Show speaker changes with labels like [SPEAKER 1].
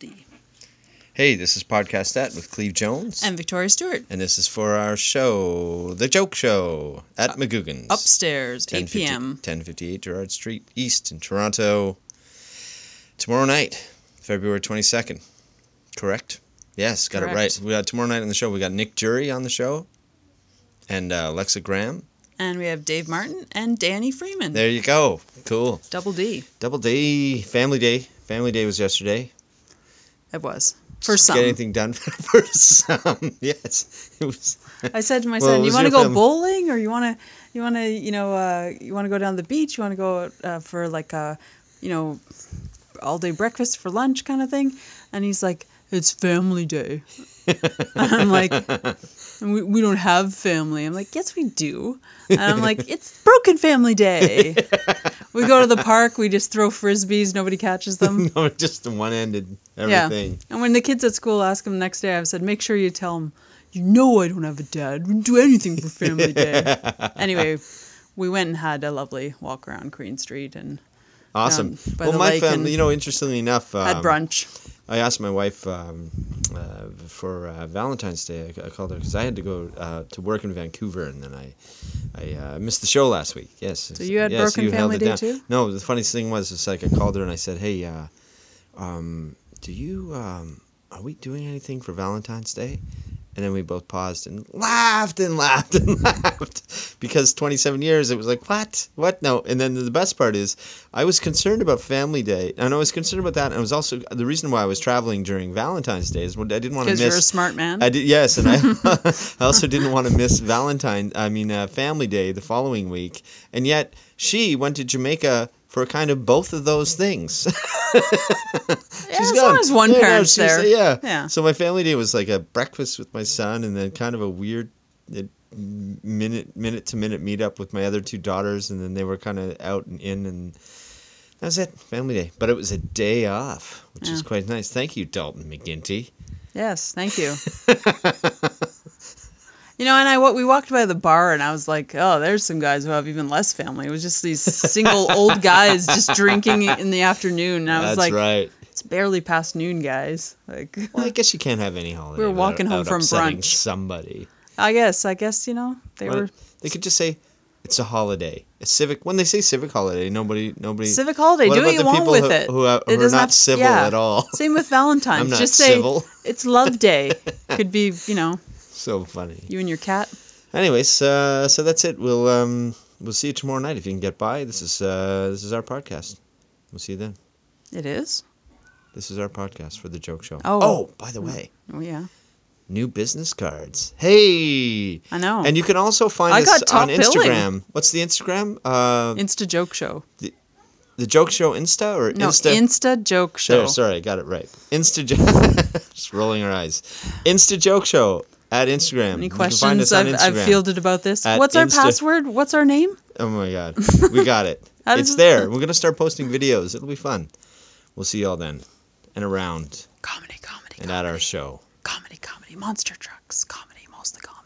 [SPEAKER 1] D.
[SPEAKER 2] Hey, this is Podcast That with Cleve Jones.
[SPEAKER 1] And Victoria Stewart.
[SPEAKER 2] and this is for our show, The Joke Show, at McGugan's.
[SPEAKER 1] Upstairs, 8
[SPEAKER 2] 1050
[SPEAKER 1] p.m.
[SPEAKER 2] 1058 Gerard Street East in Toronto. Tomorrow night, February 22nd. Correct? Yes, got it
[SPEAKER 1] Correct.
[SPEAKER 2] right. We got tomorrow night on the show. We got Nick Jury on the show and uh, Alexa Graham.
[SPEAKER 1] And we have Dave Martin and Danny Freeman.
[SPEAKER 2] There you go. Cool.
[SPEAKER 1] Double D,
[SPEAKER 2] Double day, family day. Family day was yesterday.
[SPEAKER 1] it was.
[SPEAKER 2] Did
[SPEAKER 1] For
[SPEAKER 2] you
[SPEAKER 1] some.
[SPEAKER 2] Get anything done for some? Yes, it was.
[SPEAKER 1] I said to my
[SPEAKER 2] Well, it
[SPEAKER 1] son,
[SPEAKER 2] was
[SPEAKER 1] "You want to
[SPEAKER 2] your
[SPEAKER 1] go
[SPEAKER 2] family."
[SPEAKER 1] bowling, or you want to, you want to, you know, uh, you want to go down the beach? You want to go uh, for like a, you know, all day breakfast for lunch kind of thing?" And he's like, "It's family day." I'm like, and we, we don't have family. I'm like, yes, we do. And I'm like, it's broken family day. we go to the park, we just throw frisbees, nobody catches them.
[SPEAKER 2] no, just the one-ended everything.
[SPEAKER 1] And when the kids at school ask him the next day, I've said, make sure you tell them, you know, I don't have a dad. We do anything for family day. anyway, we went and had a lovely walk around Queen Street and
[SPEAKER 2] Awesome.
[SPEAKER 1] down by
[SPEAKER 2] well,
[SPEAKER 1] the
[SPEAKER 2] my
[SPEAKER 1] lake and
[SPEAKER 2] family, you know, interestingly enough, um,
[SPEAKER 1] had brunch.
[SPEAKER 2] I asked my wife um, uh, for uh, Valentine's Day. I, I called her because I had to go uh, to work in Vancouver, and then I I uh, missed the show last week. Yes. So
[SPEAKER 1] you had
[SPEAKER 2] yes,
[SPEAKER 1] broken
[SPEAKER 2] you held
[SPEAKER 1] family
[SPEAKER 2] it
[SPEAKER 1] day
[SPEAKER 2] down.
[SPEAKER 1] too?
[SPEAKER 2] No, the funniest thing was, it's like I called her and I said, "Hey, uh, um, do you um, are we doing anything for Valentine's Day?" And then we both paused and laughed and laughed and laughed because 27 years it was like what what no and then the best part is I was concerned about Family Day and I was concerned about that and I was also the reason why I was traveling during Valentine's Day is when I didn't want to
[SPEAKER 1] Because you're a
[SPEAKER 2] miss
[SPEAKER 1] smart man.
[SPEAKER 2] I did yes, and I, I also didn't want to miss Valentine. I mean uh, Family Day the following week, and yet she went to Jamaica for kind of both of those things.
[SPEAKER 1] yeah,
[SPEAKER 2] She's
[SPEAKER 1] as
[SPEAKER 2] gone.
[SPEAKER 1] long as one
[SPEAKER 2] Yeah, no,
[SPEAKER 1] parent's
[SPEAKER 2] she's-
[SPEAKER 1] there.
[SPEAKER 2] yeah.
[SPEAKER 1] Yeah.
[SPEAKER 2] So my Family Day was like a breakfast with my son, and then kind of a weird uh, minute minute to minute meetup with my other two daughters, and then they were kind of out and in and. That was it, Family Day. But it was a day off, which is
[SPEAKER 1] Yeah.
[SPEAKER 2] quite nice. Thank you, Dalton McGinty.
[SPEAKER 1] Yes, thank you. You know, and I wa- we walked by the bar, and I was like, "Oh, there's some guys who have even less family." It was just these single old guys just drinking in the afternoon. And I was
[SPEAKER 2] That's
[SPEAKER 1] like,
[SPEAKER 2] right.
[SPEAKER 1] "It's barely past noon, guys." Like,
[SPEAKER 2] Well, I guess you can't have any holiday.
[SPEAKER 1] We were
[SPEAKER 2] without-
[SPEAKER 1] walking home
[SPEAKER 2] without
[SPEAKER 1] from
[SPEAKER 2] upsetting
[SPEAKER 1] brunch.
[SPEAKER 2] Somebody.
[SPEAKER 1] I guess, I guess you know they
[SPEAKER 2] Well,
[SPEAKER 1] were
[SPEAKER 2] They could just say it's a holiday, a civic. When they say civic holiday, nobody, nobody.
[SPEAKER 1] civic holiday.
[SPEAKER 2] what
[SPEAKER 1] Do
[SPEAKER 2] about
[SPEAKER 1] what you
[SPEAKER 2] the
[SPEAKER 1] want
[SPEAKER 2] people
[SPEAKER 1] with
[SPEAKER 2] who,
[SPEAKER 1] it.
[SPEAKER 2] Who are,
[SPEAKER 1] It
[SPEAKER 2] who are
[SPEAKER 1] doesn't
[SPEAKER 2] not
[SPEAKER 1] have-
[SPEAKER 2] civil
[SPEAKER 1] yeah.
[SPEAKER 2] at all?
[SPEAKER 1] Same with Valentine's.
[SPEAKER 2] I'm not
[SPEAKER 1] just say
[SPEAKER 2] civil.
[SPEAKER 1] it's Love Day. Could be, you know,
[SPEAKER 2] So funny.
[SPEAKER 1] you and your cat.
[SPEAKER 2] Anyways, uh, so that's it. We'll um, we'll see you tomorrow night if you can get by. This is uh, this is our podcast. We'll see you then.
[SPEAKER 1] It is.
[SPEAKER 2] This is our podcast for the joke show.
[SPEAKER 1] Oh.
[SPEAKER 2] by the way,
[SPEAKER 1] Oh yeah,
[SPEAKER 2] new business cards. Hey.
[SPEAKER 1] I know.
[SPEAKER 2] And you can also find
[SPEAKER 1] I
[SPEAKER 2] us
[SPEAKER 1] got
[SPEAKER 2] on
[SPEAKER 1] top billing.
[SPEAKER 2] Instagram. What's the Instagram? Uh,
[SPEAKER 1] Insta joke show.
[SPEAKER 2] the joke show Insta or
[SPEAKER 1] No,
[SPEAKER 2] Insta?
[SPEAKER 1] Insta joke show.
[SPEAKER 2] There, sorry, I got it right. Insta joke. just rolling her eyes. Insta joke show at Instagram.
[SPEAKER 1] Any
[SPEAKER 2] You can find us
[SPEAKER 1] questions
[SPEAKER 2] on
[SPEAKER 1] I've, I've
[SPEAKER 2] Instagram.
[SPEAKER 1] fielded about this?
[SPEAKER 2] At
[SPEAKER 1] What's our
[SPEAKER 2] Insta-
[SPEAKER 1] password? What's our name?
[SPEAKER 2] Oh my god, we got it.
[SPEAKER 1] How
[SPEAKER 2] it's
[SPEAKER 1] does-
[SPEAKER 2] there. We're gonna start posting videos. It'll be fun. We'll see y'all then, and around,
[SPEAKER 1] Comedy, comedy,
[SPEAKER 2] and at our show.
[SPEAKER 1] comedy, comedy, monster trucks, comedy, mostly comedy.